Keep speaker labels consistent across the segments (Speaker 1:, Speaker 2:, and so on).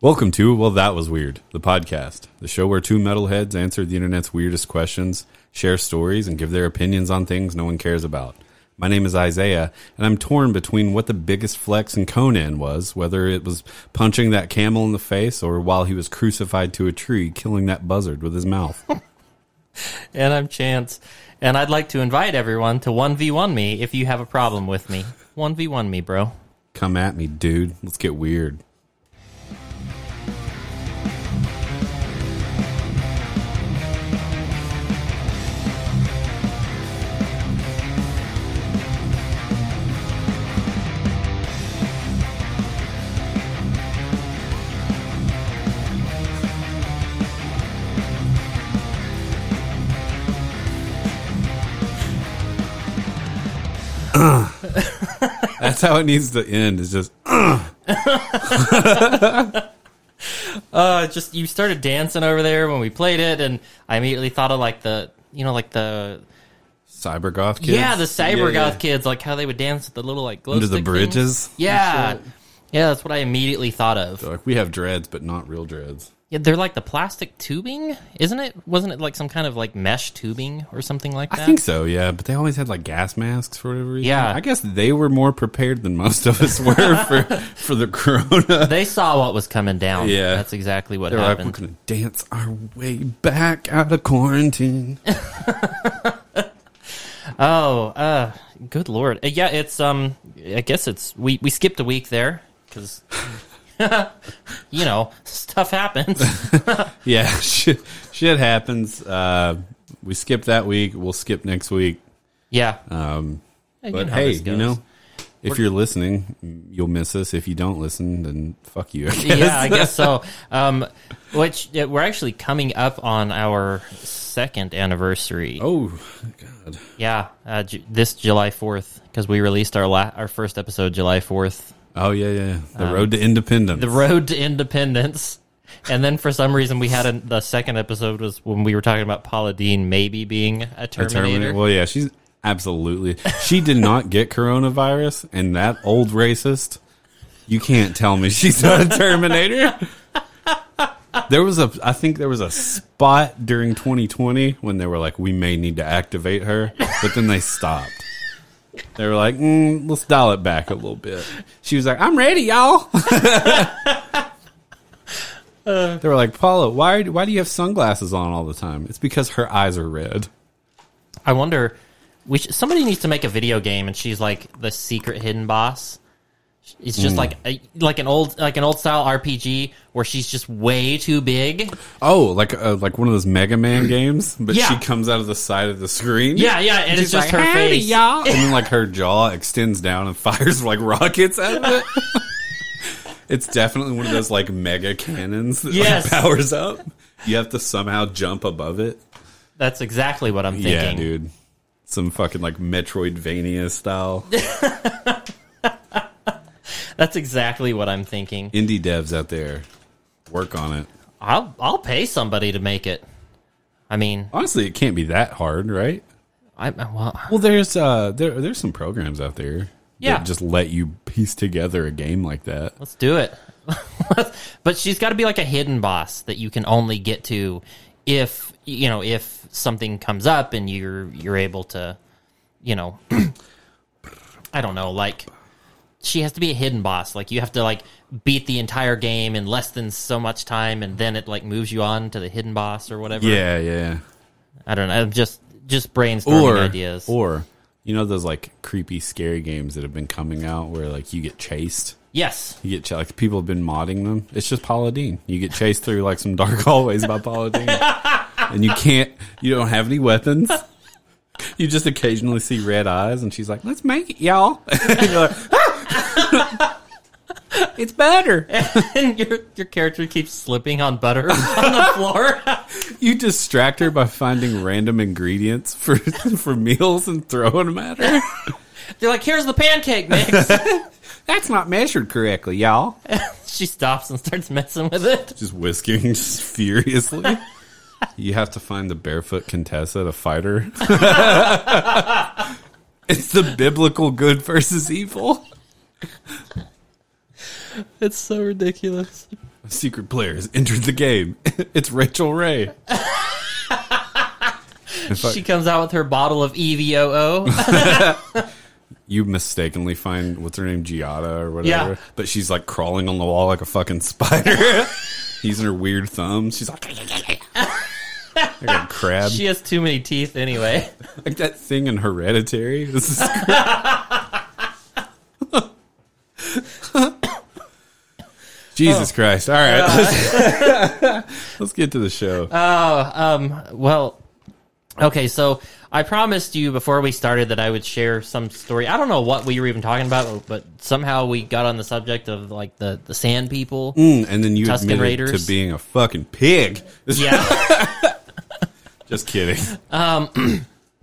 Speaker 1: Welcome to Well That Was Weird, the podcast, the show where two metalheads answer the internet's weirdest questions, share stories, and give their opinions on things no one cares about. My name is Isaiah, and I'm torn between what the biggest flex in Conan was, whether it was punching that camel in the face or while he was crucified to a tree, killing that buzzard with his mouth.
Speaker 2: And I'm Chance. And I'd like to invite everyone to 1v1 me if you have a problem with me. 1v1 me, bro.
Speaker 1: Come at me, dude. Let's get weird. That's how it needs to end. Is just
Speaker 2: Uh, just you started dancing over there when we played it, and I immediately thought of like the, you know, like the
Speaker 1: cyber goth kids.
Speaker 2: yeah, the cyber
Speaker 1: Yeah, yeah.
Speaker 2: goth kids, like how they would dance with the little like glow
Speaker 1: Under the
Speaker 2: stick things.
Speaker 1: bridges?
Speaker 2: Yeah, yeah, that's what I immediately thought of.
Speaker 1: Like we have dreads, but not real dreads.
Speaker 2: Yeah, they're like the plastic tubing, isn't it? Wasn't it like some kind of like mesh tubing or something like that?
Speaker 1: I think so, yeah. But they always had like gas masks for whatever reason.
Speaker 2: Yeah.
Speaker 1: I guess they were more prepared than most of us were for for the corona.
Speaker 2: they saw what was coming down.
Speaker 1: Yeah.
Speaker 2: that's exactly what
Speaker 1: They're like, we're
Speaker 2: happened.
Speaker 1: gonna dance our way back out of quarantine.
Speaker 2: Oh, uh, good lord. Uh, yeah, it's um, I guess it's we we skipped a week there because you know stuff happens.
Speaker 1: yeah, shit, shit happens. Uh, we skipped that week. We'll skip next week.
Speaker 2: yeah,
Speaker 1: Um,
Speaker 2: Yeah, you
Speaker 1: but
Speaker 2: know how
Speaker 1: hey,
Speaker 2: this
Speaker 1: you
Speaker 2: goes.
Speaker 1: know, if you're listening, you'll miss us. If you don't listen, then fuck you. I guess.
Speaker 2: yeah, I guess so. Um, which yeah, we're actually coming up on our second anniversary.
Speaker 1: Oh God.
Speaker 2: Yeah, uh, Ju- this July fourth because we released our la- our first episode July fourth,
Speaker 1: Oh yeah, yeah. The road to independence.
Speaker 2: Um, the road to independence. And then for some reason we had a, the second episode was when we were talking about Paula Dean maybe being a
Speaker 1: A Terminator.
Speaker 2: Terminator.
Speaker 1: Well, yeah, she's absolutely. She did not get coronavirus, and that old racist. You can't tell me she's not a Terminator. There was a, I think there was a spot during 2020 when they were like, we may need to activate her, but then they stopped. They were like, mm, let's dial it back a little bit. She was like, I'm ready, y'all. they were like, Paula, why, why do you have sunglasses on all the time? It's because her eyes are red.
Speaker 2: I wonder. We sh- somebody needs to make a video game, and she's like the secret hidden boss. It's just like a, like an old like an old style RPG where she's just way too big.
Speaker 1: Oh, like uh, like one of those Mega Man games, but
Speaker 2: Yeah.
Speaker 1: she comes out of the side of the screen.
Speaker 2: Yeah, yeah, and it's
Speaker 1: like,
Speaker 2: just her
Speaker 1: "Howdy,
Speaker 2: face.
Speaker 1: y'all," and then like her jaw extends down and fires like rockets out of it. it's definitely one of those like mega cannons that like,
Speaker 2: Yes.
Speaker 1: powers up. You have to somehow jump above it.
Speaker 2: That's exactly what I'm thinking.
Speaker 1: Yeah, dude, some fucking like Metroidvania style.
Speaker 2: That's exactly what I'm thinking.
Speaker 1: Indie devs out there, work on it.
Speaker 2: I'll I'll pay somebody to make it. I mean,
Speaker 1: Honestly, it can't be that hard, right?
Speaker 2: I well,
Speaker 1: Well, there's uh there there's some programs out there
Speaker 2: Yeah.
Speaker 1: that just let you piece together a game like that.
Speaker 2: let's do it. but she's got to be like a hidden boss that you can only get to if you know if something comes up and you're you're able to, you know, I don't know, like she has to be a hidden boss. Like you have to like beat the entire game in less than so much time, and then it like moves you on to the hidden boss or whatever.
Speaker 1: Yeah, yeah.
Speaker 2: I don't know. I'm just just brainstorming
Speaker 1: Or
Speaker 2: ideas.
Speaker 1: or you know those like creepy scary games that have been coming out where like you get chased.
Speaker 2: yes,
Speaker 1: You get ch- like people have been modding them. It's just Paula Deen. You get chased through like some dark hallways by Paula Deen. and you can't you don't have any weapons. You just occasionally see red eyes and she's like, "Let's make it, y'all." And you're like, "Ah!" it's better.
Speaker 2: and your your character keeps slipping on butter on the floor.
Speaker 1: You distract her by finding random ingredients for for meals and throwing them at her.
Speaker 2: They're like, "Here's the pancake mix."
Speaker 1: That's not measured correctly, y'all.
Speaker 2: she stops and starts messing with it.
Speaker 1: Just whisking just furiously. you have to find the barefoot Contessa to fight her. it's the biblical good versus evil.
Speaker 2: It's so ridiculous.
Speaker 1: secret player has entered the game. it's Rachel Ray.
Speaker 2: She comes out with her bottle of E EVOO.
Speaker 1: You mistakenly find what's her name, Giada or whatever,
Speaker 2: Yeah.
Speaker 1: but she's like crawling on the wall like a fucking spider. Using her weird thumbs. She's like, like a crab.
Speaker 2: she has too many teeth anyway.
Speaker 1: like that thing in Hereditary. This is Jesus Christ! All right,
Speaker 2: Uh.
Speaker 1: let's, let's get to the show.
Speaker 2: Um, well, okay, so I promised you before we started that I would share some story. I don't know what we were even talking about, but somehow we got on the subject of like the, the sand people.
Speaker 1: Mm, and then you
Speaker 2: Tuscan
Speaker 1: admitted
Speaker 2: Raiders.
Speaker 1: to being a fucking pig.
Speaker 2: Yeah,
Speaker 1: Just kidding. Um,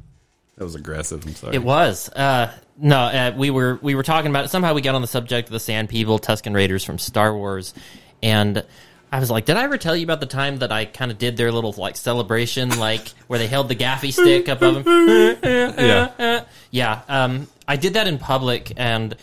Speaker 1: that was aggressive. I'm sorry.
Speaker 2: it was. Uh, no, uh, we were we were talking about it. Somehow we got on the subject of the sand people, Tuscan Raiders from Star Wars, and I was like, did I ever tell you about the time that I kind of did their little like celebration, like where they held the gaffy stick above them?
Speaker 1: yeah,
Speaker 2: Yeah, um, I did that in public, and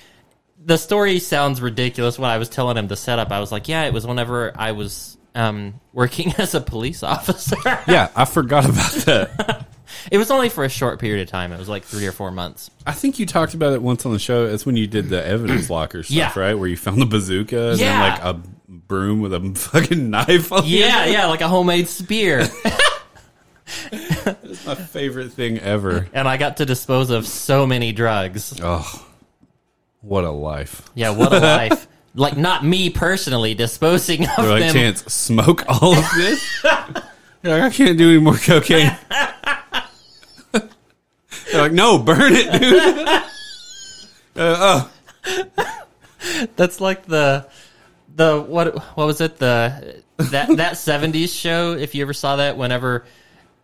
Speaker 2: the story sounds ridiculous. When I was telling him the setup, I was like, "Yeah, it was whenever I was um, working as a police officer.
Speaker 1: yeah. I forgot about that.
Speaker 2: it was only for a short period of time. It was like three or four months.
Speaker 1: I think you talked about it once on the show. That's when you did the evidence locker stuff,
Speaker 2: Yeah.
Speaker 1: right? Where you found the bazooka and then
Speaker 2: Yeah.
Speaker 1: like a broom with a fucking knife. On the
Speaker 2: Yeah, yeah, like a homemade spear,
Speaker 1: My favorite thing ever.
Speaker 2: and I got to dispose of so many drugs.
Speaker 1: Oh, what a life.
Speaker 2: Yeah, what a life! Like not me personally disposing of
Speaker 1: They're like,
Speaker 2: them.
Speaker 1: Chance, smoke all of this? You're like, I can't do any more cocaine. They're like, no, burn it, dude.
Speaker 2: That's like the the what what was it the that that seventies show if you ever saw that whenever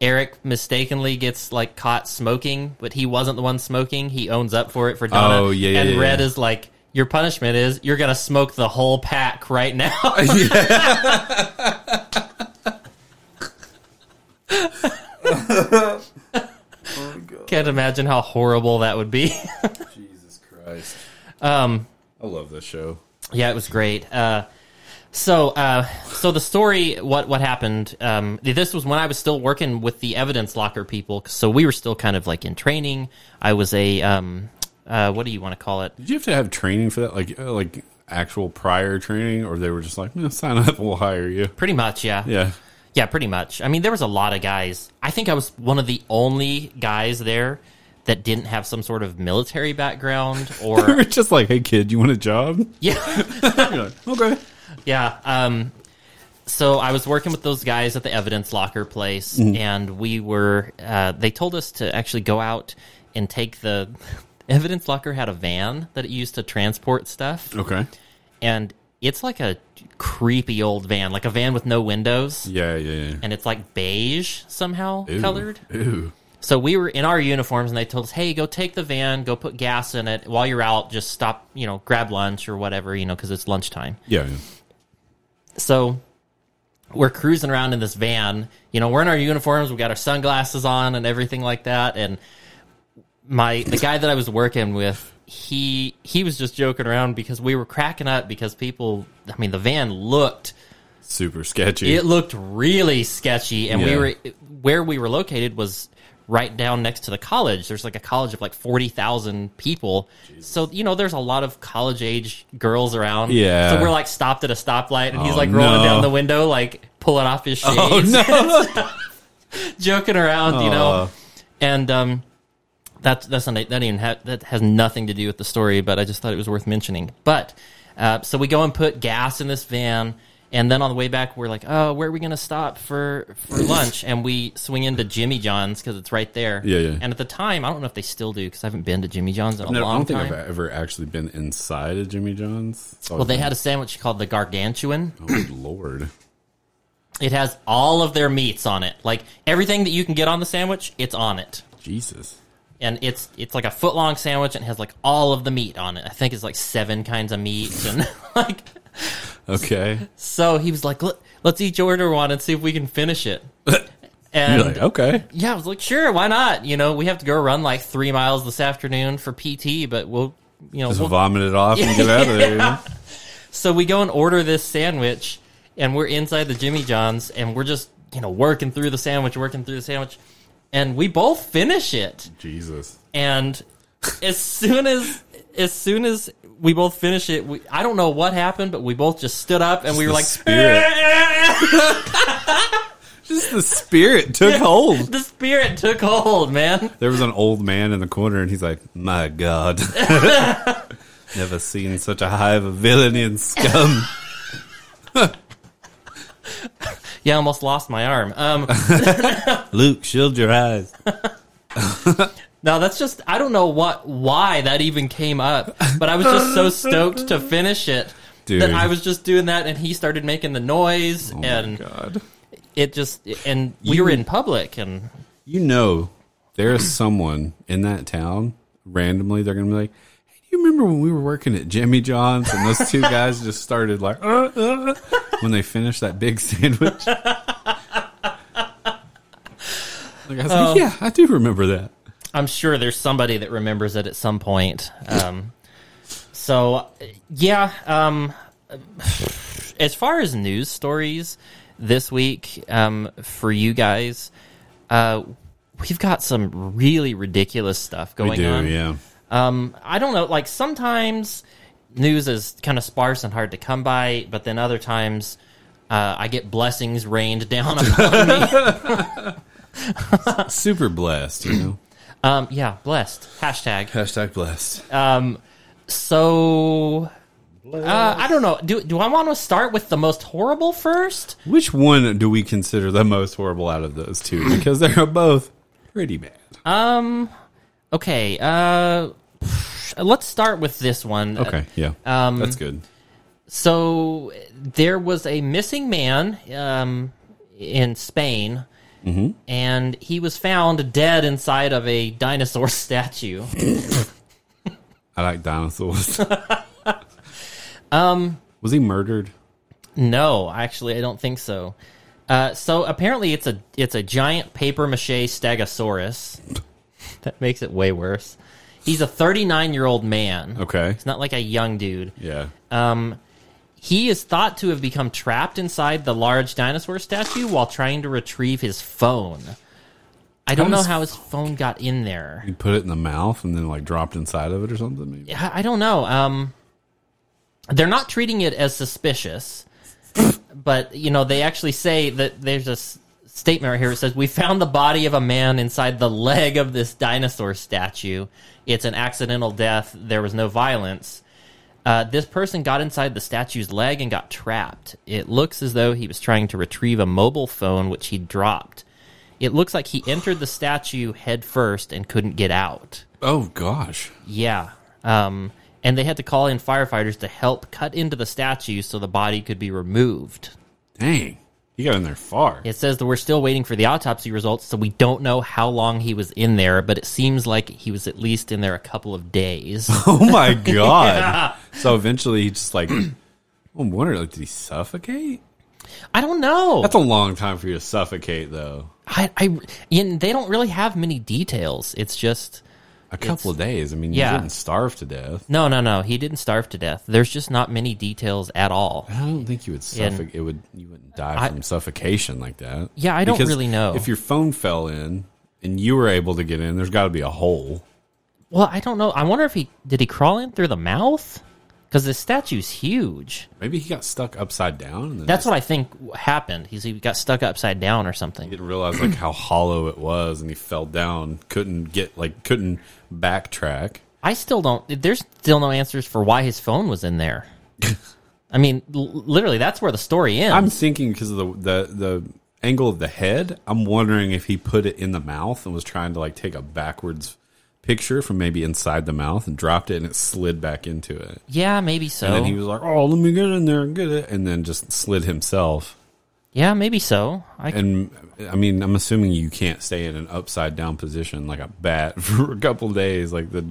Speaker 2: Eric mistakenly gets like caught smoking but he wasn't the one smoking he owns up for it for Donna
Speaker 1: Oh, yeah, yeah,
Speaker 2: and
Speaker 1: yeah,
Speaker 2: Red
Speaker 1: yeah.
Speaker 2: is like your punishment is you're gonna smoke the whole pack right now can't imagine how horrible that would be
Speaker 1: Jesus Christ.
Speaker 2: um
Speaker 1: I love this show.
Speaker 2: Yeah, it was great. Uh, so, uh, so the story, what what happened? Um, this was when I was still working with the evidence locker people, so we were still kind of like in training. I was a um, uh, what do you want to call it?
Speaker 1: Did you have to have training for that? Like, uh, like actual prior training? Or they were just like, no, sign up and we'll hire you?
Speaker 2: Pretty much, yeah,
Speaker 1: Yeah.
Speaker 2: Yeah, pretty much. I mean, there was a lot of guys. I think I was one of the only guys there that didn't have some sort of military background
Speaker 1: They
Speaker 2: or
Speaker 1: were just like, hey, kid, you want a job?
Speaker 2: yeah.
Speaker 1: You're like, okay.
Speaker 2: Yeah. Um, so I was working with those guys at the evidence locker place,
Speaker 1: Mm-hmm.
Speaker 2: and we were. Uh, they told us to actually go out and take the evidence locker had a van that it used to transport stuff,
Speaker 1: Okay.
Speaker 2: and it's like a creepy old van, like a van with no windows,
Speaker 1: Yeah, yeah, yeah.
Speaker 2: and it's like beige somehow
Speaker 1: Ooh.
Speaker 2: colored.
Speaker 1: Ooh.
Speaker 2: So we were in our uniforms, and they told us, "Hey, go take the van, go put gas in it. While you're out, just stop, you know, grab lunch or whatever, you know, because it's lunchtime."
Speaker 1: Yeah, yeah.
Speaker 2: so we're cruising around in this van. You know, we're in our uniforms, we got our sunglasses on and everything like that. And my the guy that I was working with, he he was just joking around because we were cracking up because people I mean the van looked
Speaker 1: Super sketchy.
Speaker 2: it looked really sketchy and we
Speaker 1: Yeah.
Speaker 2: were where we were located was right down next to the college. There's like a college of like 40,000 people. So, you know, there's a lot of college age girls around.
Speaker 1: Yeah.
Speaker 2: So we're like stopped at a stoplight and he's
Speaker 1: Oh,
Speaker 2: like rolling
Speaker 1: no.
Speaker 2: down the window, like pulling off his shades,
Speaker 1: oh, no.
Speaker 2: joking around, you
Speaker 1: Aw.
Speaker 2: know. And, um, that's that's not, that even ha- that has nothing to do with the story, but I just thought it was worth mentioning. But uh, so we go and put gas in this van, and then on the way back we're like, oh, where are we going to stop for for lunch? And we swing into Jimmy John's because it's right there.
Speaker 1: Yeah, yeah.
Speaker 2: And at the time, I don't know if they still do because I haven't been to Jimmy John's in a
Speaker 1: No,
Speaker 2: long
Speaker 1: I don't think
Speaker 2: time.
Speaker 1: I've ever actually been inside of Jimmy John's.
Speaker 2: well, they had a sandwich called the Gargantuan.
Speaker 1: Oh, good lord.
Speaker 2: It has all of their meats on it, like everything that you can get on the sandwich, it's on it.
Speaker 1: Jesus.
Speaker 2: and it's it's like a foot long sandwich and has like all of the meat on it. I think it's like seven kinds of meats and like
Speaker 1: Okay.
Speaker 2: so he was like, Let, let's each order one and see if we can finish it.
Speaker 1: You're
Speaker 2: And
Speaker 1: like, "Oh." okay.
Speaker 2: yeah, I was like, sure, why not? You know, we have to go run like three miles this afternoon for PT, but we'll you know
Speaker 1: Just
Speaker 2: we'll
Speaker 1: vomit it off and get out of there.
Speaker 2: so we go and order this sandwich and we're inside the Jimmy John's, and we're just you know working through the sandwich, working through the sandwich, and we both finish it.
Speaker 1: Jesus.
Speaker 2: And as soon as as soon as we both finish it, we, I don't know what happened, but we both just stood up and we were
Speaker 1: the
Speaker 2: like,
Speaker 1: spirit. Just the spirit took hold.
Speaker 2: the spirit took hold, man.
Speaker 1: There was an old man in the corner, and he's like, "My God, never seen such a hive of villainy and scum."
Speaker 2: Yeah, I almost lost my arm. Um,
Speaker 1: Luke, shield your eyes.
Speaker 2: No, that's just I don't know what why that even came up, but I was just so stoked to finish it
Speaker 1: Dude.
Speaker 2: that I was just doing that, and he started making the noise,
Speaker 1: Oh
Speaker 2: and
Speaker 1: my God.
Speaker 2: it just and we
Speaker 1: You-
Speaker 2: were in public, and
Speaker 1: you know there is someone in that town randomly they're gonna be like hey do you remember when we were working at jimmy john's and those two guys just started like uh, uh, when they finished that big sandwich like i was like yeah i do remember that
Speaker 2: I'm sure there's somebody that remembers it at some point. Um, so yeah, um, as far as news stories this week um, for you guys, uh, we've got some really ridiculous stuff going
Speaker 1: we do
Speaker 2: on.
Speaker 1: yeah
Speaker 2: Um, I don't know. Like sometimes news is kind of sparse and hard to come by, but then other times uh, I get blessings rained down upon me.
Speaker 1: super blessed you know
Speaker 2: Um, yeah, blessed hashtag.
Speaker 1: hashtag blessed
Speaker 2: Um, so uh, I don't know. Do do I want to start with the most horrible first?
Speaker 1: which one do we consider the most horrible out of those two because they're both pretty bad
Speaker 2: Okay. Uh, let's start with this one. Uh,
Speaker 1: okay yeah um, that's good
Speaker 2: So there was a missing man um, in Spain, and he was found dead inside of a dinosaur statue.
Speaker 1: I like dinosaurs. um,
Speaker 2: Um,
Speaker 1: was he murdered?
Speaker 2: no, actually, I don't think so. Uh, so apparently, it's a it's a giant paper mache stegosaurus. that makes it way worse. He's a 39 year old man.
Speaker 1: Okay.
Speaker 2: It's not like a young dude.
Speaker 1: Yeah.
Speaker 2: He is thought to have become trapped inside the large dinosaur statue while trying to retrieve his phone. I don't know
Speaker 1: does-
Speaker 2: how his phone got in there.
Speaker 1: He put it in the mouth and then like dropped inside of it or something. Maybe.
Speaker 2: I I don't know. Um, they're not treating it as suspicious, but you know they actually say that there's a s- statement right here. It says we found the body of a man inside the leg of this dinosaur statue. It's an accidental death. There was no violence. Uh, this person got inside the statue's leg and got trapped. It looks as though he was trying to retrieve a mobile phone, which he dropped. It looks like he entered the statue head first and couldn't get out.
Speaker 1: Oh gosh.
Speaker 2: Yeah. Um, and they had to call in firefighters to help cut into the statue so the body could be removed.
Speaker 1: Dang. He got in there far.
Speaker 2: It says that we're still waiting for the autopsy results, so we don't know how long he was in there, but it seems like he was at least in there a couple of days.
Speaker 1: Oh my god. So eventually he just like. I'm wondering, like, did he suffocate?
Speaker 2: I don't know.
Speaker 1: That's a long time for you to suffocate, though.
Speaker 2: I, I, and they don't really have many details. It's just
Speaker 1: A couple of days. I mean, you
Speaker 2: yeah.
Speaker 1: didn't starve to death.
Speaker 2: no, no, no. He didn't starve to death. There's just not many details at all.
Speaker 1: I don't think you would suffocate. It would you wouldn't die from suffocation like that.
Speaker 2: Yeah, I don't really know.
Speaker 1: If your phone fell in and you were able to get in, there's got to be a hole.
Speaker 2: Well, I don't know. I wonder if he did he crawl in through the mouth because the statue's huge.
Speaker 1: Maybe he got stuck upside down. And then
Speaker 2: That's
Speaker 1: just
Speaker 2: what I think happened. He's, he got stuck upside down or something.
Speaker 1: didn't realize like how hollow it was, and he fell down. Couldn't get like couldn't backtrack.
Speaker 2: I still don't. There's still no answers for why his phone was in there. I mean, l- literally, that's where the story ends.
Speaker 1: I'm thinking because of the, the the angle of the head. I'm wondering if he put it in the mouth and was trying to like take a backwards picture from maybe inside the mouth and dropped it, and it slid back into it.
Speaker 2: yeah, maybe so.
Speaker 1: And then he was like, "Oh, let me get in there and get it," and then just slid himself.
Speaker 2: yeah, maybe so. I,
Speaker 1: And I mean, I'm assuming you can't stay in an upside down position like a bat for a couple days, like the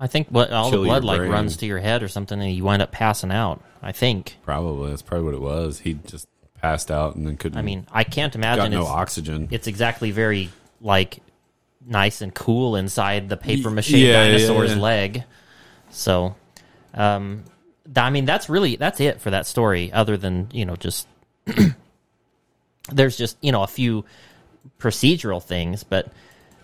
Speaker 2: I think what all the
Speaker 1: Kill your
Speaker 2: blood like
Speaker 1: brain.
Speaker 2: runs to your head or something, and you wind up passing out. I think.
Speaker 1: Probably that's probably what it was. He just passed out and then couldn't.
Speaker 2: I mean, I can't
Speaker 1: got
Speaker 2: imagine
Speaker 1: no
Speaker 2: it's,
Speaker 1: oxygen.
Speaker 2: it's exactly very like nice and cool inside the paper mache
Speaker 1: Y- yeah,
Speaker 2: dinosaur's
Speaker 1: yeah, yeah.
Speaker 2: leg. So, um, th- I mean, that's really that's it for that story. Other than you know, just there's just you know a few procedural things, but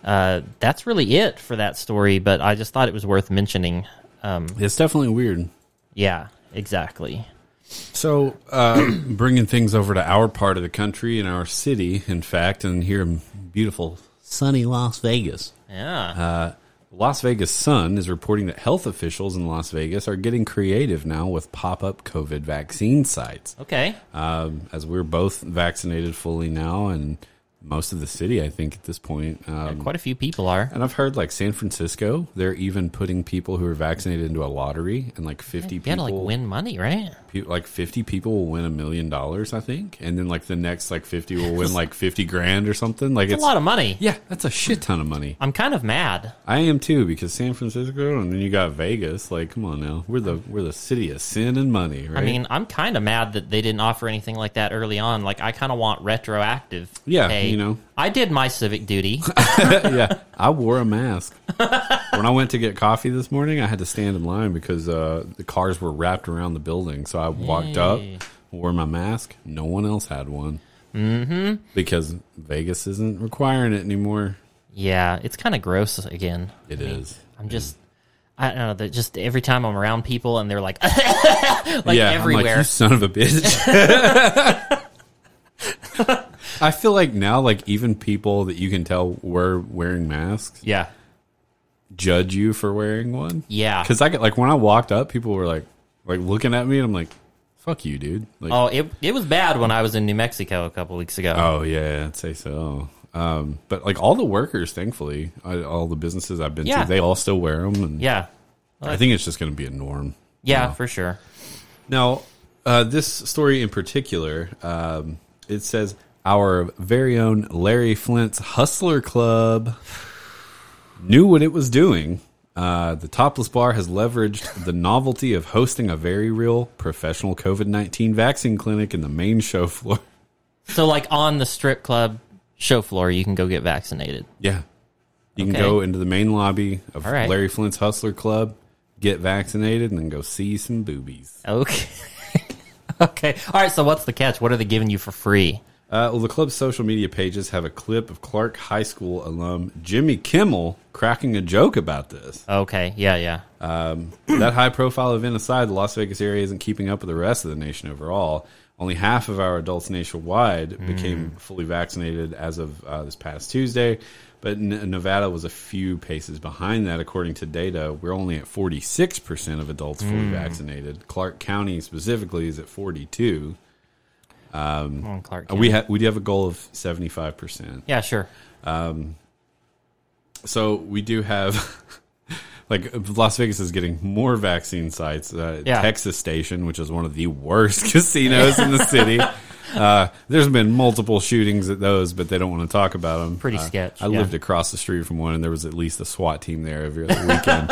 Speaker 2: uh, that's really it for that story. But I just thought it was worth mentioning. Um,
Speaker 1: It's definitely weird.
Speaker 2: yeah, exactly.
Speaker 1: So, uh, bringing things over to our part of the country and our city, in fact, and here in beautiful, sunny Las Vegas.
Speaker 2: Yeah,
Speaker 1: Las Vegas Sun is reporting that health officials in Las Vegas are getting creative now with pop up COVID vaccine sites.
Speaker 2: okay.
Speaker 1: Uh, Um, as we're both vaccinated fully now, and most of the city, I think, at this point. Um,
Speaker 2: Quite a few people are.
Speaker 1: and I've heard like San Francisco, they're even putting people who are vaccinated into a lottery, and like 50
Speaker 2: You gotta
Speaker 1: people
Speaker 2: like win money, right?
Speaker 1: pe- like 50 people will win a million dollars i think and then like the next like 50 will win like 50 grand or something like
Speaker 2: It's
Speaker 1: it's
Speaker 2: a lot of money.
Speaker 1: yeah that's a shit ton of money
Speaker 2: I'm kind of mad.
Speaker 1: i am too because san francisco and then you got vegas like come on now we're the we're the city of sin and money right
Speaker 2: I mean, I'm kind of mad that they didn't offer anything like that early on. Like, I kind of want retroactive.
Speaker 1: Yeah,
Speaker 2: pay.
Speaker 1: you know.
Speaker 2: I did my civic duty.
Speaker 1: yeah i wore a mask when i went to get coffee this morning i had to stand in line because uh the cars were wrapped around the building so i walked up wore my mask no one else had one mm-hmm. because vegas isn't requiring it anymore
Speaker 2: yeah, it's kind of gross again.
Speaker 1: It is.
Speaker 2: I'm just, I don't know. That just every time I'm around people and they're like, like
Speaker 1: yeah, I'm like,
Speaker 2: everywhere.
Speaker 1: you son of a bitch. I feel like now, like even people that you can tell were wearing masks
Speaker 2: yeah,
Speaker 1: judge you for wearing one.
Speaker 2: yeah.
Speaker 1: because I get like when I walked up, people were like, like looking at me, and I'm like, "Fuck you, dude!" Like,
Speaker 2: Oh, it it was bad when I was in New Mexico a couple weeks ago.
Speaker 1: oh yeah, I'd say so. Um, but like all the workers, thankfully, I, all the businesses I've been
Speaker 2: Yeah.
Speaker 1: to, they all still wear them, and
Speaker 2: yeah,
Speaker 1: I think it's just going to be a norm.
Speaker 2: yeah, for sure.
Speaker 1: Now, uh, this story in particular, um, it says our very own Larry Flint's Hustler Club knew what it was doing. Uh, the topless bar has leveraged the novelty of hosting a very real professional COVID 19 vaccine clinic in the main show floor.
Speaker 2: So, like on the strip club show floor, you can go get vaccinated.
Speaker 1: Yeah. You can
Speaker 2: Okay.
Speaker 1: go into the main lobby of
Speaker 2: All right.
Speaker 1: Larry Flint's Hustler Club, get vaccinated, and then go see some boobies.
Speaker 2: Okay. okay. All right. So, what's the catch? What are they giving you for free?
Speaker 1: Uh, well, the club's social media pages have a clip of Clark High School alum Jimmy Kimmel cracking a joke about this.
Speaker 2: Okay. Yeah. Yeah.
Speaker 1: that high profile event aside, the Las Vegas area isn't keeping up with the rest of the nation overall. Only half of our adults nationwide became fully vaccinated as of uh, this past Tuesday, but N- Nevada was a few paces behind that. According to data, we're only at 46% of adults fully vaccinated. Clark County specifically is at 42.
Speaker 2: Come on, Clark.
Speaker 1: Uh, We ha- we do have a goal of 75%.
Speaker 2: yeah. Sure.
Speaker 1: so we do have like Las Vegas is getting more vaccine sites. Uh,
Speaker 2: Yeah.
Speaker 1: Texas Station, which is one of the worst casinos in the city. Uh, there's been multiple shootings at those, but they don't want to talk about them.
Speaker 2: Pretty
Speaker 1: Uh,
Speaker 2: sketch,
Speaker 1: I
Speaker 2: yeah.
Speaker 1: lived across the street from one, and there was at least a SWAT team there every other weekend.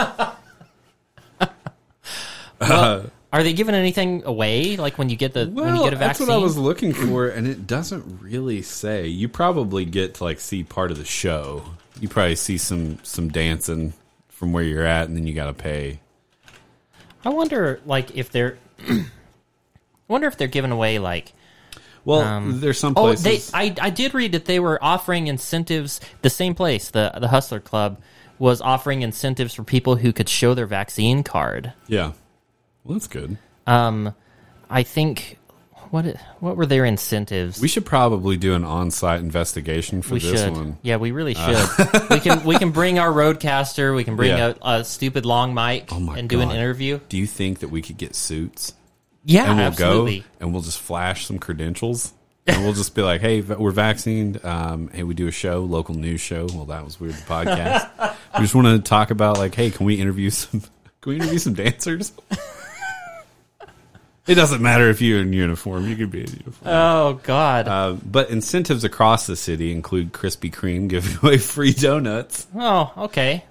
Speaker 2: Are they giving anything away? Like when you get the when you
Speaker 1: well,
Speaker 2: get a
Speaker 1: that's
Speaker 2: vaccine?
Speaker 1: what I was looking for, and it doesn't really say. You probably get to like see part of the show. You probably see some some dancing from where you're at, and then you got to pay.
Speaker 2: I wonder, like, if they're. I wonder if they're giving away like.
Speaker 1: Well, there's some
Speaker 2: Oh,
Speaker 1: places.
Speaker 2: they. I I did read that they were offering incentives. The same place, the the Hustler Club, was offering incentives for people who could show their vaccine card.
Speaker 1: Yeah. Well, that's good.
Speaker 2: Um, I think. What it- what were their incentives?
Speaker 1: We should probably do an on-site investigation for
Speaker 2: We
Speaker 1: this
Speaker 2: should.
Speaker 1: one. Uh,
Speaker 2: Yeah, we really should. we can we can bring our roadcaster. We can bring
Speaker 1: Yeah. Oh
Speaker 2: a, a stupid long mic
Speaker 1: my
Speaker 2: and do an
Speaker 1: God.
Speaker 2: interview.
Speaker 1: Do you think that we could get suits
Speaker 2: Yeah,
Speaker 1: and we'll
Speaker 2: absolutely.
Speaker 1: go and we'll just flash some credentials and we'll just be like, "Hey, v- we're vaccinated. Um, hey, we do a show, local news show. Well, that was weird. The podcast. we just want to talk about like, hey, can we interview some? Can we interview some dancers? it doesn't matter if you're in uniform. You could be in uniform.
Speaker 2: Oh God.
Speaker 1: Uh, but incentives across the city include Krispy Kreme giving away free donuts.
Speaker 2: oh, okay.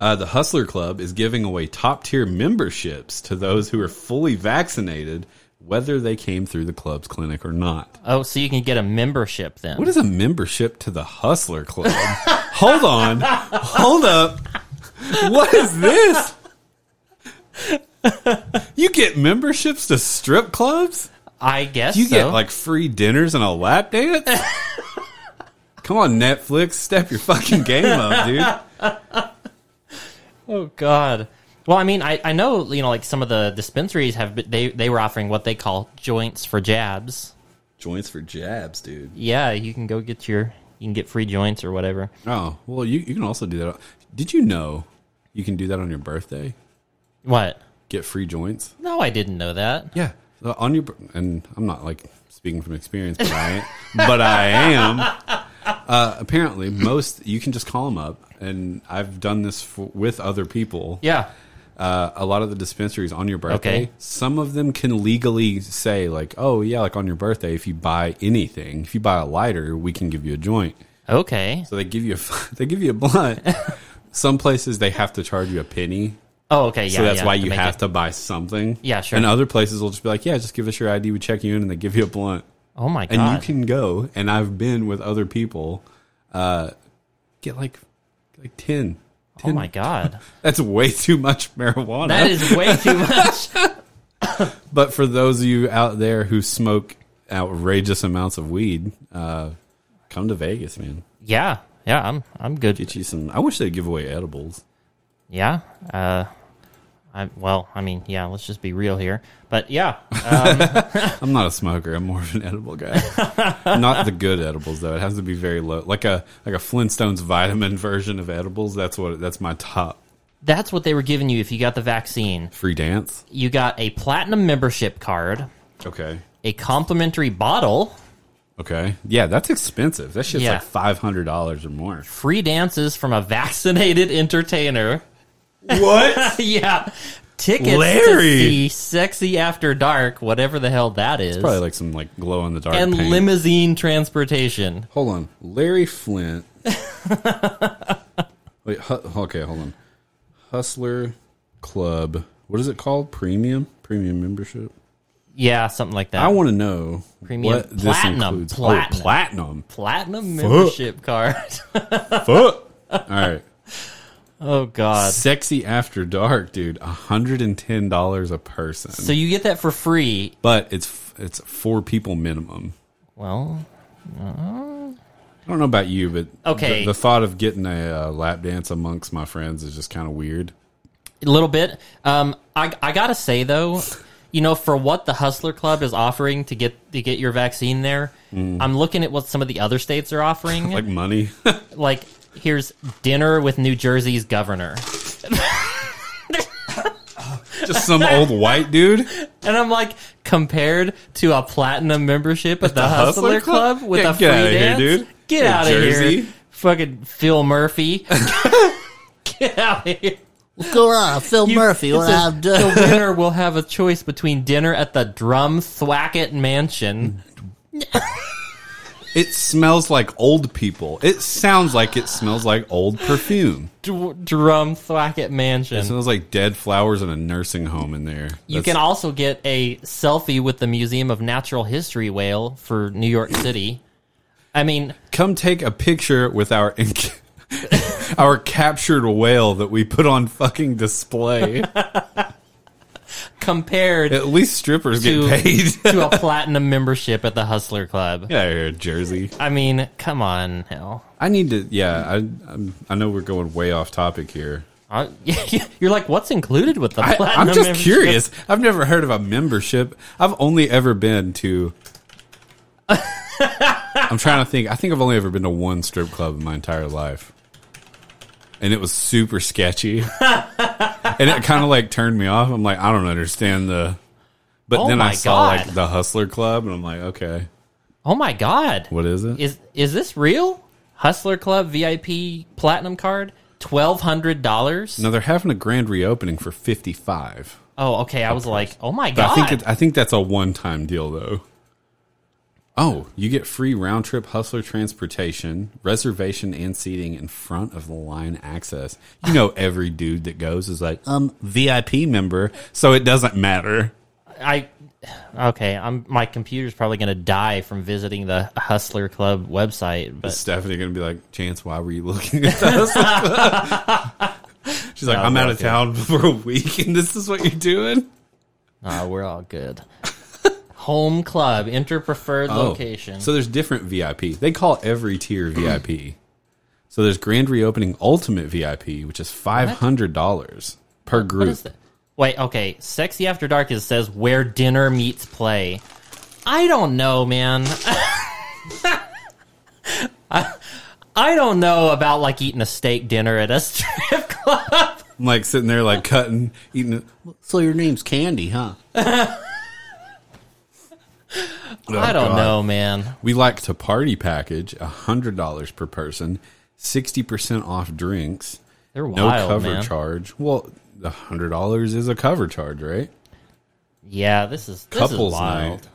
Speaker 1: Uh, the Hustler Club is giving away top tier memberships to those who are fully vaccinated, whether they came through the club's clinic or not.
Speaker 2: Oh, so you can get a membership then.
Speaker 1: What is a membership to the Hustler Club? hold on. Hold up. What is this? You get memberships to strip clubs?
Speaker 2: I guess
Speaker 1: You
Speaker 2: so.
Speaker 1: get like free dinners and a lap dance? Come on, Netflix, step your fucking game up, dude.
Speaker 2: oh god. Well, I mean, I, I know you know like some of the dispensaries have been, they they were offering what they call joints for jabs.
Speaker 1: Joints for jabs, dude.
Speaker 2: Yeah, you can go get your you can get free joints or whatever.
Speaker 1: Oh, well, you, you can also do that. Did you know you can do that on your birthday?
Speaker 2: What?
Speaker 1: Get free joints?
Speaker 2: No, I didn't know that.
Speaker 1: Yeah. So on your, and I'm not like speaking from experience, but I, but I am. Uh, apparently, most, you can just call them up. And I've done this for, with other people.
Speaker 2: Yeah.
Speaker 1: uh, a lot of the dispensaries on your birthday,
Speaker 2: Okay.
Speaker 1: some of them can legally say like, "Oh yeah, like on your birthday, if you buy anything, if you buy a lighter, we can give you a joint."
Speaker 2: Okay.
Speaker 1: So they give you a they give you a blunt. some places they have to charge you a penny,
Speaker 2: Oh, okay. Yeah.
Speaker 1: so that's
Speaker 2: yeah,
Speaker 1: why you
Speaker 2: make
Speaker 1: have
Speaker 2: it-
Speaker 1: to buy something.
Speaker 2: Yeah, sure.
Speaker 1: And other places will just be like, "Yeah, just give us your ID, we check you in, and they give you a blunt."
Speaker 2: Oh my god.
Speaker 1: and you can go. And I've been with other people, uh, get like like 10.
Speaker 2: oh my god.
Speaker 1: That's way too much marijuana.
Speaker 2: That is way too much.
Speaker 1: But for those of you out there who smoke outrageous amounts of weed, uh, come to Vegas, man.
Speaker 2: yeah. Yeah. I'm I'm good.
Speaker 1: Get you some. I wish they'd give away edibles.
Speaker 2: Yeah. Uh, I well, I mean, yeah. Let's just be real here. But yeah,
Speaker 1: I'm not a smoker. I'm more of an edible guy. not the good edibles though. It has to be very low, like a like a Flintstones vitamin version of edibles. That's what. That's my top
Speaker 2: that's what they were giving you if you got the vaccine.
Speaker 1: free dance.
Speaker 2: You got a platinum membership card,
Speaker 1: Okay.
Speaker 2: a complimentary bottle,
Speaker 1: Okay. Yeah, that's expensive. That shit's
Speaker 2: Yeah.
Speaker 1: like five hundred dollars or more.
Speaker 2: free dances from a vaccinated entertainer.
Speaker 1: What?
Speaker 2: yeah. Tickets to
Speaker 1: Larry!
Speaker 2: see Sexy After Dark, whatever the hell that is.
Speaker 1: Probably like some like glow in the dark.
Speaker 2: and
Speaker 1: paint.
Speaker 2: limousine transportation.
Speaker 1: Hold on, Larry Flint. Wait, hu- okay, hold on. Hustler Club. What is it called? Premium, premium membership.
Speaker 2: Yeah, something like that.
Speaker 1: I want to know
Speaker 2: Premium.
Speaker 1: what this
Speaker 2: Platinum,
Speaker 1: includes. Oh,
Speaker 2: platinum.
Speaker 1: platinum.
Speaker 2: platinum membership card.
Speaker 1: Fuck. All right.
Speaker 2: oh god.
Speaker 1: Sexy After Dark, dude. hundred and ten dollars a person,
Speaker 2: So you get that for free.
Speaker 1: but it's f- it's four people minimum.
Speaker 2: Well,
Speaker 1: I don't know about you, but
Speaker 2: Okay.
Speaker 1: the, the thought of getting a uh, lap dance amongst my friends is just kind of weird.
Speaker 2: a little bit. Um, I I gotta say though, you know, for what the Hustler Club is offering to get to get your vaccine there, I'm looking at what some of the other states are offering.
Speaker 1: Mm. Like
Speaker 2: like,
Speaker 1: money.
Speaker 2: here's dinner with New Jersey's governor,
Speaker 1: just some old white dude.
Speaker 2: and I'm like compared to a platinum membership at the,
Speaker 1: Hustler
Speaker 2: Hustler, Club,
Speaker 1: Club?
Speaker 2: with
Speaker 1: Get-
Speaker 2: a free
Speaker 1: get outta here,
Speaker 2: dance.
Speaker 1: dude.
Speaker 2: Get
Speaker 1: New
Speaker 2: out of
Speaker 1: Jersey.
Speaker 2: here, fucking Phil Murphy. get out of here.
Speaker 3: Go on, Phil
Speaker 2: You-
Speaker 3: Murphy.
Speaker 2: it
Speaker 3: What
Speaker 2: says,
Speaker 3: I've done.
Speaker 2: The winner will have a choice between dinner at the Drum Thwacket
Speaker 1: Mm.
Speaker 2: Mansion.
Speaker 1: It smells like old people. It sounds like it smells like old perfume.
Speaker 2: Dw Drum Thwacket
Speaker 1: It
Speaker 2: Mansion.
Speaker 1: smells like dead flowers in a nursing home in there.
Speaker 2: You
Speaker 1: That's-
Speaker 2: can also get a selfie with the Museum of Natural History whale for New York City. I mean,
Speaker 1: come take a picture with our our captured whale that we put on fucking display.
Speaker 2: compared
Speaker 1: At least strippers
Speaker 2: To-
Speaker 1: get paid.
Speaker 2: to a platinum membership at the Hustler Club.
Speaker 1: yeah, here, Jersey.
Speaker 2: I mean, come on, hell.
Speaker 1: I need to. Yeah, I I'm, I know we're going way off topic here.
Speaker 2: I- Uh, You're like, what's included with the
Speaker 1: I,
Speaker 2: platinum?
Speaker 1: I'm just
Speaker 2: membership?
Speaker 1: curious. I've never heard of a membership. I've only ever been to. I'm trying to think. I think I've only ever been to one strip club in my entire life, and it was super sketchy, and it kind of like turned me off. I'm like, I don't understand the. But
Speaker 2: Oh
Speaker 1: then I
Speaker 2: my
Speaker 1: saw
Speaker 2: God.
Speaker 1: like the Hustler Club, and I'm like, okay,
Speaker 2: Oh my god.
Speaker 1: what is it?
Speaker 2: Is is this real? Hustler Club VIP Platinum card, twelve hundred dollars.
Speaker 1: now they're having a grand reopening for 55.
Speaker 2: Oh, okay. I was like, oh my
Speaker 1: But
Speaker 2: god.
Speaker 1: I think it, I think that's a one time deal though. Oh, you get free round trip hustler transportation, reservation and seating in front of the line access. You know every dude that goes is like um VIP member, so it doesn't matter.
Speaker 2: I okay. I'm my computer's probably gonna die from visiting the Hustler Club website, but
Speaker 1: Stephanie gonna be like, Chance, why were you looking at us? She's like,
Speaker 2: No,
Speaker 1: I'm out
Speaker 2: we're all
Speaker 1: of
Speaker 2: good.
Speaker 1: town for a week, and this is what you're doing.
Speaker 2: uh, we're all good. Home club, enter preferred
Speaker 1: Oh,
Speaker 2: location.
Speaker 1: So there's different VIP. They call every tier VIP. So there's grand reopening ultimate VIP, which is five hundred dollars per group.
Speaker 2: What is that? Wait, okay. Sexy After Dark is says where dinner meets play. I don't know, man. I, I don't know about like eating a steak dinner at a strip club.
Speaker 1: I'm like sitting there, like cutting, eating. it. So your name's Candy, huh? Oh,
Speaker 2: I don't know, man.
Speaker 1: We like to party package hundred dollars per person, sixty percent off drinks,
Speaker 2: They're
Speaker 1: no
Speaker 2: wild,
Speaker 1: cover
Speaker 2: man.
Speaker 1: charge. Well, the hundred dollars is a cover charge, right?
Speaker 2: Yeah, this is this
Speaker 1: Couples
Speaker 2: is wild.
Speaker 1: night.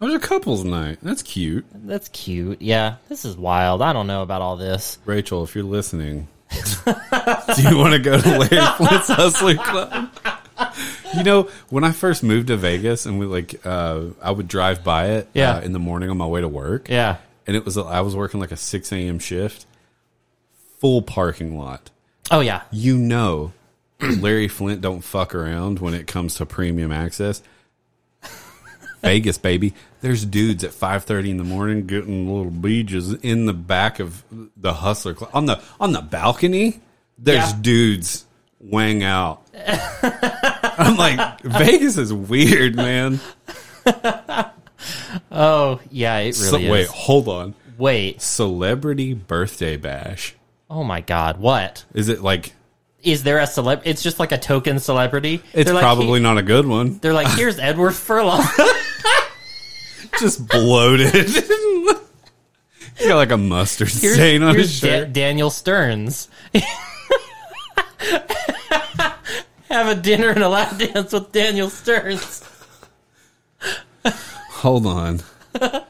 Speaker 1: Oh, there's a couples night. That's cute,
Speaker 2: That's cute. Yeah, this is wild. I don't know about all this.
Speaker 1: Rachel. If you're listening, do you want to go to Larry Flint's Hustler Club? You know, when I first moved to Vegas, and we like, uh, I would drive by it,
Speaker 2: Yeah.
Speaker 1: uh, in the morning on my way to work,
Speaker 2: Yeah.
Speaker 1: and it was I was working like a six a.m. shift, full parking lot.
Speaker 2: Oh yeah.
Speaker 1: You know, Larry Flint don't fuck around when it comes to premium access. Vegas, baby. There's dudes at five thirty in the morning getting little beaches in the back of the hustler club on the on the balcony. There's
Speaker 2: Yeah.
Speaker 1: dudes wang out. I'm like, Vegas is weird, man.
Speaker 2: Oh yeah. It
Speaker 1: So,
Speaker 2: really
Speaker 1: wait,
Speaker 2: is.
Speaker 1: hold on.
Speaker 2: Wait.
Speaker 1: Celebrity birthday bash.
Speaker 2: Oh my God. What
Speaker 1: Is it like?
Speaker 2: is there a celeb? It's just like a token celebrity.
Speaker 1: It's
Speaker 2: They're like,
Speaker 1: probably
Speaker 2: "He-
Speaker 1: not a good one.
Speaker 2: They're like, here's Edward Furlong.
Speaker 1: Just bloated. He's got like a mustard
Speaker 2: Here's,
Speaker 1: stain on his
Speaker 2: here's Da-
Speaker 1: shirt.
Speaker 2: Daniel Stearns. Have a dinner and a lap dance with Daniel Stearns.
Speaker 1: Hold on.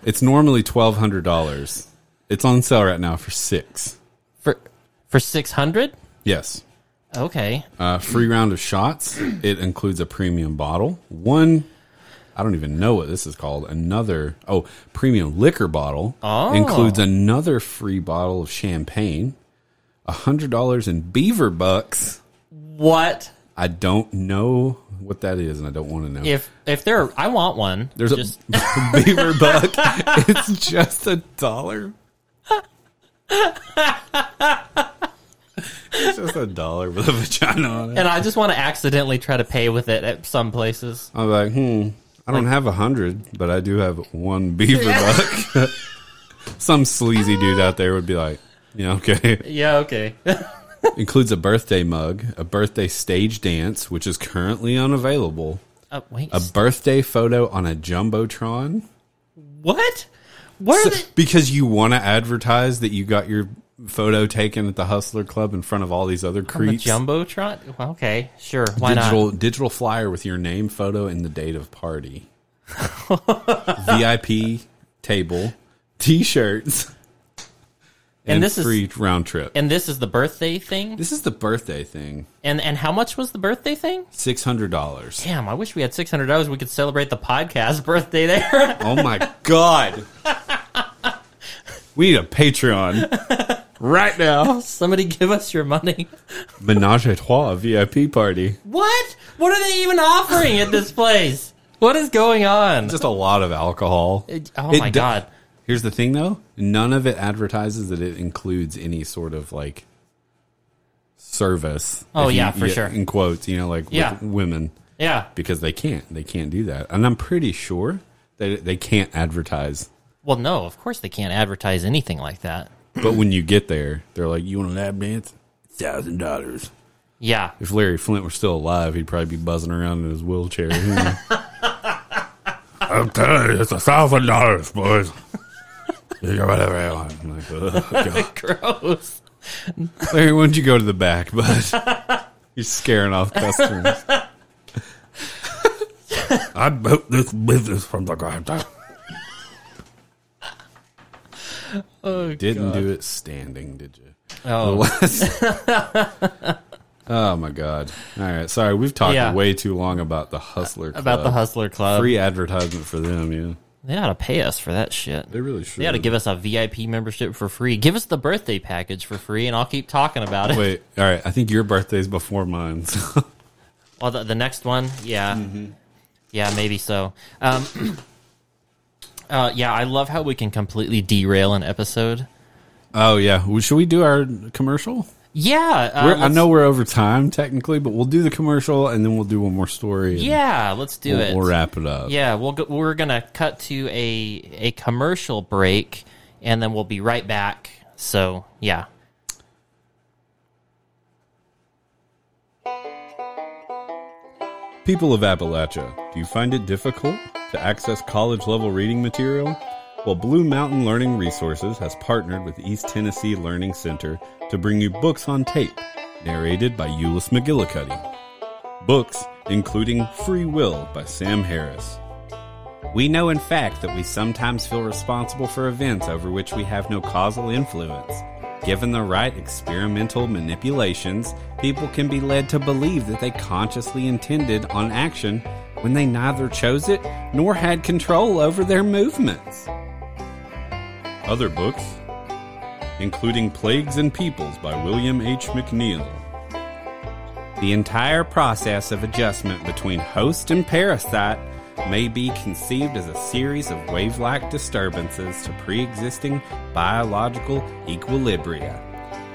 Speaker 1: It's normally twelve hundred dollars. It's on sale right now for six.
Speaker 2: For for six hundred?
Speaker 1: Yes.
Speaker 2: Okay.
Speaker 1: Uh, free round of shots. It includes a premium bottle. One I don't even know what this is called. Another oh, premium liquor bottle.
Speaker 2: Oh.
Speaker 1: Includes another free bottle of champagne. A hundred dollars in beaver bucks.
Speaker 2: What
Speaker 1: I don't know what that is and I don't want to know.
Speaker 2: if if there I want one.
Speaker 1: There's
Speaker 2: Just-
Speaker 1: a beaver buck. It's just a dollar. it's just a dollar with a vagina on it.
Speaker 2: and I just want to accidentally try to pay with it at some places.
Speaker 1: I'm like, hmm. I don't have a hundred, but I do have one beaver buck. Some sleazy dude out there would be like, yeah, okay.
Speaker 2: Yeah, okay.
Speaker 1: Includes a birthday mug, a birthday stage dance, which is currently unavailable,
Speaker 2: Uh, wait.
Speaker 1: a birthday photo on a jumbotron.
Speaker 2: what? Where are
Speaker 1: So-
Speaker 2: the-
Speaker 1: because you want to advertise that you got your photo taken at the Hustler Club in front of all these other
Speaker 2: the
Speaker 1: creeps.
Speaker 2: jumbotron? Well, okay, sure. Why
Speaker 1: digital
Speaker 2: not?
Speaker 1: digital flyer with your name, photo, and the date of party. VIP table, T-shirts, and,
Speaker 2: this is-
Speaker 1: free round trip.
Speaker 2: And this is the birthday thing.
Speaker 1: this is the birthday thing.
Speaker 2: And and how much was the birthday thing?
Speaker 1: Six hundred dollars.
Speaker 2: Damn, I wish we had six hundred dollars. We could celebrate the podcast birthday there.
Speaker 1: Oh my god. We need a Patreon right now.
Speaker 2: Somebody give us your money.
Speaker 1: Menage a trois VIP party.
Speaker 2: What? What are they even offering at this place? What is going on?
Speaker 1: just a lot of alcohol.
Speaker 2: It- oh my
Speaker 1: do-
Speaker 2: God.
Speaker 1: Here's the thing, though. None of it advertises that it includes any sort of like service.
Speaker 2: Oh,
Speaker 1: If you-
Speaker 2: yeah, for
Speaker 1: yeah,
Speaker 2: sure.
Speaker 1: In quotes, you know, like
Speaker 2: Yeah.
Speaker 1: with women
Speaker 2: Yeah.
Speaker 1: because they can't. They can't do that, and I'm pretty sure they they can't advertise.
Speaker 2: Well, no, of course they can't advertise anything like that.
Speaker 1: but when you get there, they're like, "You want a lab dance? Thousand dollars."
Speaker 2: Yeah.
Speaker 1: If Larry Flint were still alive, he'd probably be buzzing around in his wheelchair. I'm telling you, it's a thousand dollars, boys. You get whatever you want. I'm like, "Ugh, God."
Speaker 2: Gross.
Speaker 1: Larry, why don't you go to the back, bud? You're scaring off customers. I built this business from the ground up.
Speaker 2: Oh,
Speaker 1: Didn't do it standing, did you?
Speaker 2: Oh.
Speaker 1: oh my god! All right, sorry, we've talked
Speaker 2: Yeah.
Speaker 1: way too long about the Hustler Club.
Speaker 2: about the Hustler Club.
Speaker 1: uh, free advertisement for them. Yeah,
Speaker 2: They ought to pay us for that shit.
Speaker 1: they really should.
Speaker 2: They ought to give us a VIP membership for free. Give us the birthday package for free, and I'll keep talking about it.
Speaker 1: Wait, all right. I think your birthday's before mine. so- Mm-hmm.
Speaker 2: Well, the, the next one, yeah, yeah, maybe so. Um, Uh, yeah, I love how we can completely derail an episode.
Speaker 1: Oh yeah, well, should we do our commercial?
Speaker 2: Yeah, uh,
Speaker 1: We're, I
Speaker 2: let's-
Speaker 1: know we're over time technically, but we'll do the commercial and then we'll do one more story. and
Speaker 2: Yeah, let's do
Speaker 1: we'll,
Speaker 2: it.
Speaker 1: we'll wrap it up.
Speaker 2: Yeah, we'll go, we're gonna cut to a a commercial break, and then we'll be right back. So yeah,
Speaker 1: People of Appalachia, do you find it difficult to access college level reading material? Well, Blue Mountain Learning Resources has partnered with East Tennessee Learning Center to bring you Books on Tape, narrated by Euless McGillicuddy. Books including Free Will by Sam Harris. We know, in fact, that we sometimes feel responsible for events over which we have no causal influence. Given the right experimental manipulations, people can be led to believe that they consciously intended on action when they neither chose it nor had control over their movements. Other books, including Plagues and Peoples by William H. McNeil. The entire process of adjustment between host and parasite may be conceived as a series of wave like disturbances to pre existing biological equilibria.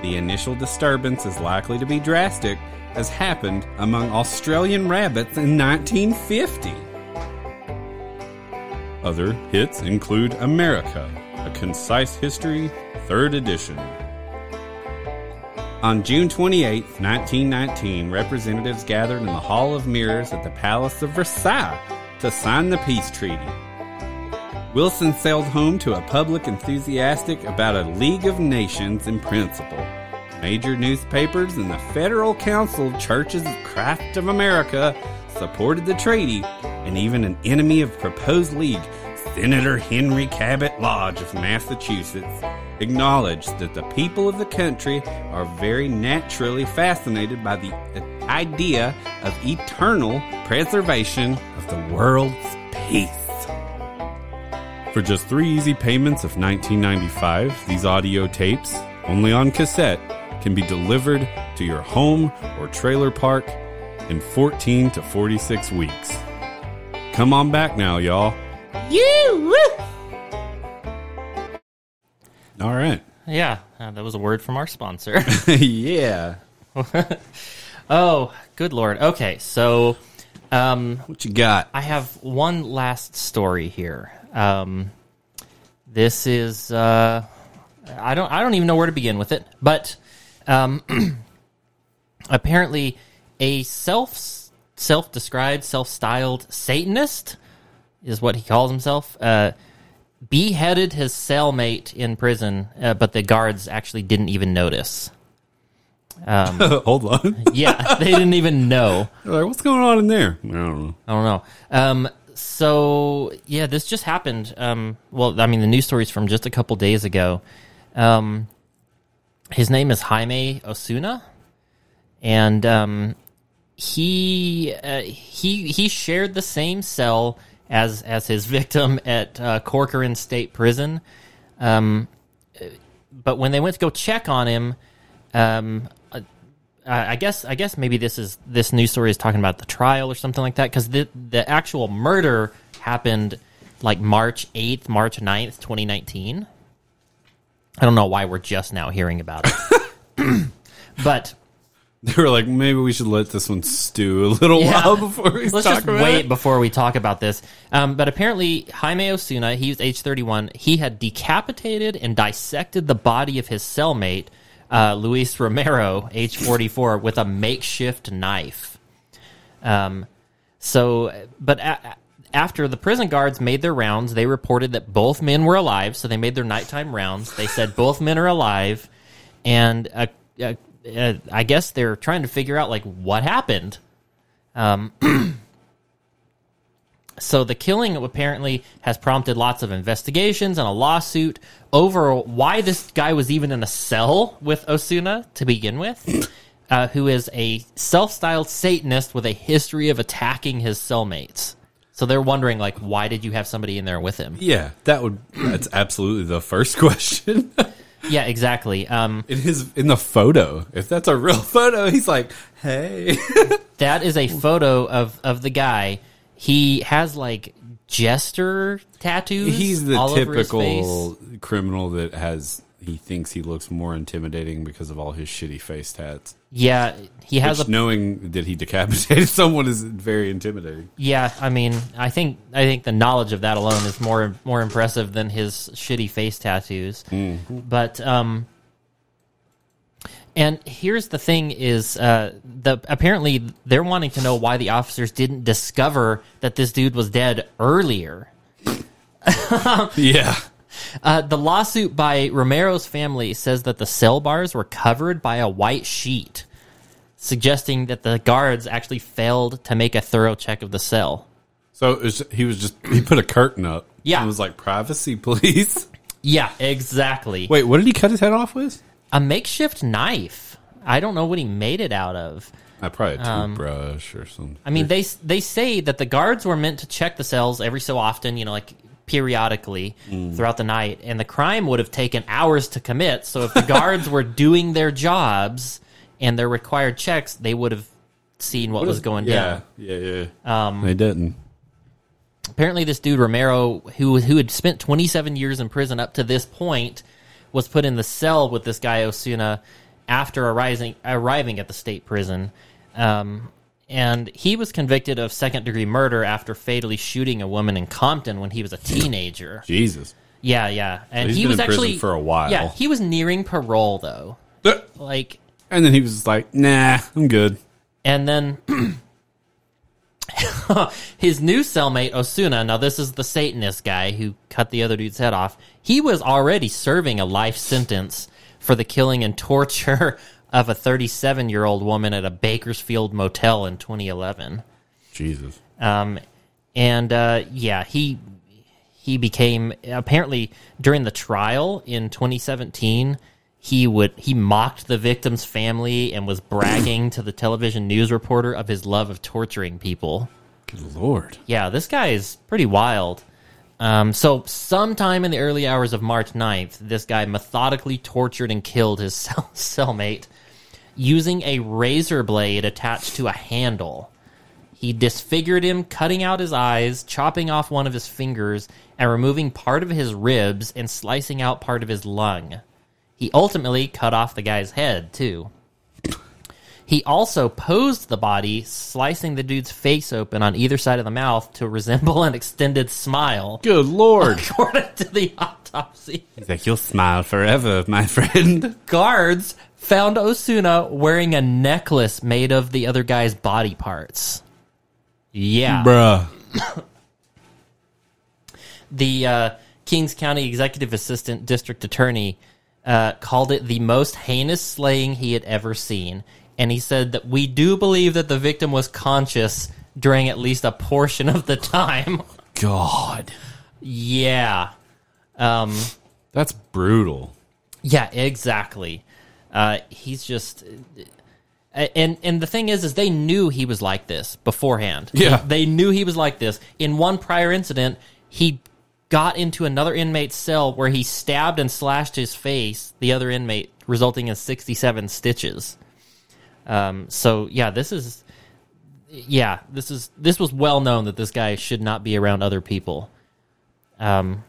Speaker 1: The initial disturbance is likely to be drastic, as happened among Australian rabbits in 1950. Other hits include America, a concise history, third edition. On June 28, 1919, representatives gathered in the Hall of Mirrors at the Palace of Versailles to sign the peace treaty. Wilson sailed home to a public enthusiastic about a League of Nations in principle. Major newspapers and the Federal Council of Churches of Christ of America supported the treaty, and even an enemy of proposed league, Senator Henry Cabot Lodge of Massachusetts, acknowledged that the people of the country are very naturally fascinated by the idea of eternal preservation of the world's peace. For just three easy payments of $19.95, these audio tapes, only on cassette, can be delivered to your home or trailer park in 14 to 46 weeks. Come on back now, y'all.
Speaker 2: you.
Speaker 1: All right.
Speaker 2: Yeah, uh, that was a word from our sponsor.
Speaker 1: yeah.
Speaker 2: oh, good lord. Okay, so um,
Speaker 1: What you got?
Speaker 2: I have one last story here. Um, this is uh, I don't I don't even know where to begin with it, but um, apparently a self self described self styled Satanist is what he calls himself. Uh, beheaded his cellmate in prison, uh, but the guards actually didn't even notice.
Speaker 1: Oh, Hold on.
Speaker 2: Yeah, they didn't even know.
Speaker 1: Like, What's going on in there? I don't know.
Speaker 2: I don't know. Um, so yeah, this just happened. Um, well, I mean, the news story's from just a couple days ago. Um, his name is Jaime Osuna, and um, he uh, he he shared the same cell as as his victim at uh, Corcoran State Prison. Um, uh, but when they went to go check on him, um, uh, I I guess I guess maybe this is this news story is talking about the trial or something like that because the the actual murder happened like March eighth, March 9th, twenty nineteen. I don't know why we're just now hearing about it, but
Speaker 1: They were like, maybe we should let this one stew a little
Speaker 2: Yeah.
Speaker 1: while before we
Speaker 2: let's
Speaker 1: talk
Speaker 2: just
Speaker 1: about
Speaker 2: wait
Speaker 1: it.
Speaker 2: before we talk about this. Um, but apparently, Jaime Osuna, he was age 31. He had decapitated and dissected the body of his cellmate, uh, Luis Romero, age 44, with a makeshift knife. Um, so, but a- after the prison guards made their rounds, they reported that both men were alive. So they made their nighttime rounds. They said both men are alive, and uh, uh, uh, I guess they're trying to figure out like what happened. So the killing apparently has prompted lots of investigations and a lawsuit over why this guy was even in a cell with Osuna to begin with, uh, who is a self-styled Satanist with a history of attacking his cellmates. So they're wondering, like, why did you have somebody in there with him?
Speaker 1: Yeah, that would. That's absolutely the first question.
Speaker 2: Yeah, exactly. Um,
Speaker 1: in his in the photo, if that's a real photo, he's like, "Hey,
Speaker 2: that is a photo of of the guy. He has like jester tattoos.
Speaker 1: He's the
Speaker 2: all over his face.
Speaker 1: typical criminal that has he thinks he looks more intimidating because of all his shitty face tats.
Speaker 2: Yeah, he has
Speaker 1: Which,
Speaker 2: a
Speaker 1: knowing that he decapitated someone is very intimidating.
Speaker 2: yeah. I mean, I think I think the knowledge of that alone is more more impressive than his shitty face tattoos. But um, and here's the thing: is uh, the apparently they're wanting to know why the officers didn't discover that this dude was dead earlier.
Speaker 1: Yeah.
Speaker 2: Uh, the lawsuit by Romero's family says that the cell bars were covered by a white sheet, suggesting that the guards actually failed to make a thorough check of the cell.
Speaker 1: So it was, he was just he put a curtain up.
Speaker 2: Yeah.
Speaker 1: And was like privacy, please.
Speaker 2: Yeah, exactly.
Speaker 1: Wait, what did he cut his head off with?
Speaker 2: A makeshift knife. I don't know what he made it out of.
Speaker 1: I Uh, probably a toothbrush or something.
Speaker 2: Um, I mean, they they say that the guards were meant to check the cells every so often, you know, like periodically throughout the night, and the crime would have taken hours to commit. So if the guards were doing their jobs and their required checks, they would have seen what, was going
Speaker 1: yeah,
Speaker 2: down.
Speaker 1: yeah, yeah, Um, they didn't.
Speaker 2: Apparently, this dude Romero, who who had spent 27 years in prison up to this point, was put in the cell with this guy Osuna after arising, arriving at the state prison. Um, and he was convicted of second degree murder after fatally shooting a woman in Compton when he was a teenager.
Speaker 1: Jesus.
Speaker 2: Yeah, yeah, and
Speaker 1: He's
Speaker 2: he
Speaker 1: been
Speaker 2: was
Speaker 1: in prison
Speaker 2: actually
Speaker 1: for a while.
Speaker 2: Yeah, he was nearing parole though.
Speaker 1: And
Speaker 2: Like
Speaker 1: then he was just like, "Nah, I'm good."
Speaker 2: And then his new cellmate, Osuna, now this is the Satanist guy who cut the other dude's head off, he was already serving a life sentence for the killing and torture of a 37 year old woman at a Bakersfield motel in 2011.
Speaker 1: Jesus.
Speaker 2: Um, and uh, yeah, he he became apparently during the trial in 2017. He would he mocked the victim's family and was bragging to the television news reporter of his love of torturing people.
Speaker 1: Good lord.
Speaker 2: Yeah, this guy is pretty wild. Um, so sometime in the early hours of March 9th, this guy methodically tortured and killed his cell- cellmate using a razor blade attached to a handle. He disfigured him, cutting out his eyes, chopping off one of his fingers, and removing part of his ribs and slicing out part of his lung. He ultimately cut off the guy's head, too. He also posed the body, slicing the dude's face open on either side of the mouth to resemble an extended smile,
Speaker 1: Good lord.
Speaker 2: according to the autopsy.
Speaker 1: He's like, "You'll smile forever, my friend."
Speaker 2: Guards found Osuna wearing a necklace made of the other guy's body parts. Yeah.
Speaker 1: Bruh.
Speaker 2: the uh, Kings County Executive Assistant District Attorney uh, called it the most heinous slaying he had ever seen. And he said that we do believe that the victim was conscious during at least a portion of the time.
Speaker 1: God.
Speaker 2: yeah.
Speaker 1: That's brutal.
Speaker 2: Yeah, exactly. Uh, he's just. uh, And and the thing is, is they knew he was like this beforehand.
Speaker 1: Yeah.
Speaker 2: they, they knew he was like this. In one prior incident, he got into another inmate's cell where he stabbed and slashed his face. The other inmate, resulting in sixty-seven stitches. Um. So yeah, this is. Yeah, this is this was well known that this guy should not be around other people. Um,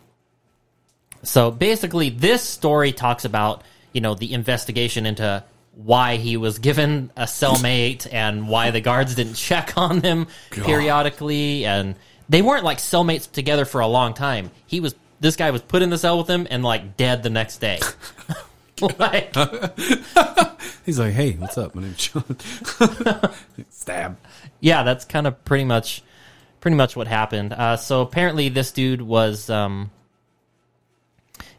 Speaker 2: So basically, this story talks about you know the investigation into why he was given a cellmate and why the guards didn't check on them periodically, and they weren't like cellmates together for a long time. He was this guy was put in the cell with him and like dead the next day. like,
Speaker 1: He's like, "Hey, what's up? My name's John." Stab.
Speaker 2: yeah, that's kind of pretty much pretty much what happened. Uh, so apparently, this dude was um,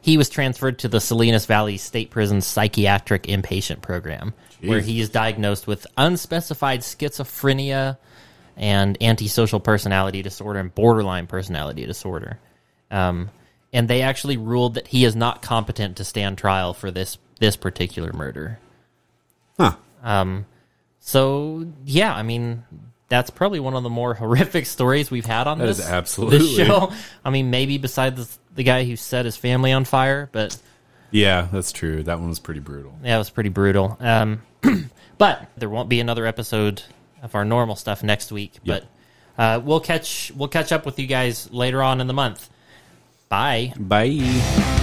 Speaker 2: he was transferred to the Salinas Valley State Prison's psychiatric inpatient program, where he is diagnosed with unspecified schizophrenia and antisocial personality disorder and borderline personality disorder. Um, and they actually ruled that he is not competent to stand trial for this this particular murder.
Speaker 1: Huh.
Speaker 2: So yeah, I mean that's probably one of the more horrific stories we've had on
Speaker 1: That
Speaker 2: this
Speaker 1: is absolutely-
Speaker 2: this show. I mean, maybe besides the, the guy who set his family on fire, but
Speaker 1: Yeah, that's true. That one was pretty brutal.
Speaker 2: that was pretty brutal. Um, but there won't be another episode of our normal stuff next week.
Speaker 1: Yep.
Speaker 2: But Uh, we'll catch we'll catch up with you guys later on in the month. Bye.
Speaker 1: Bye.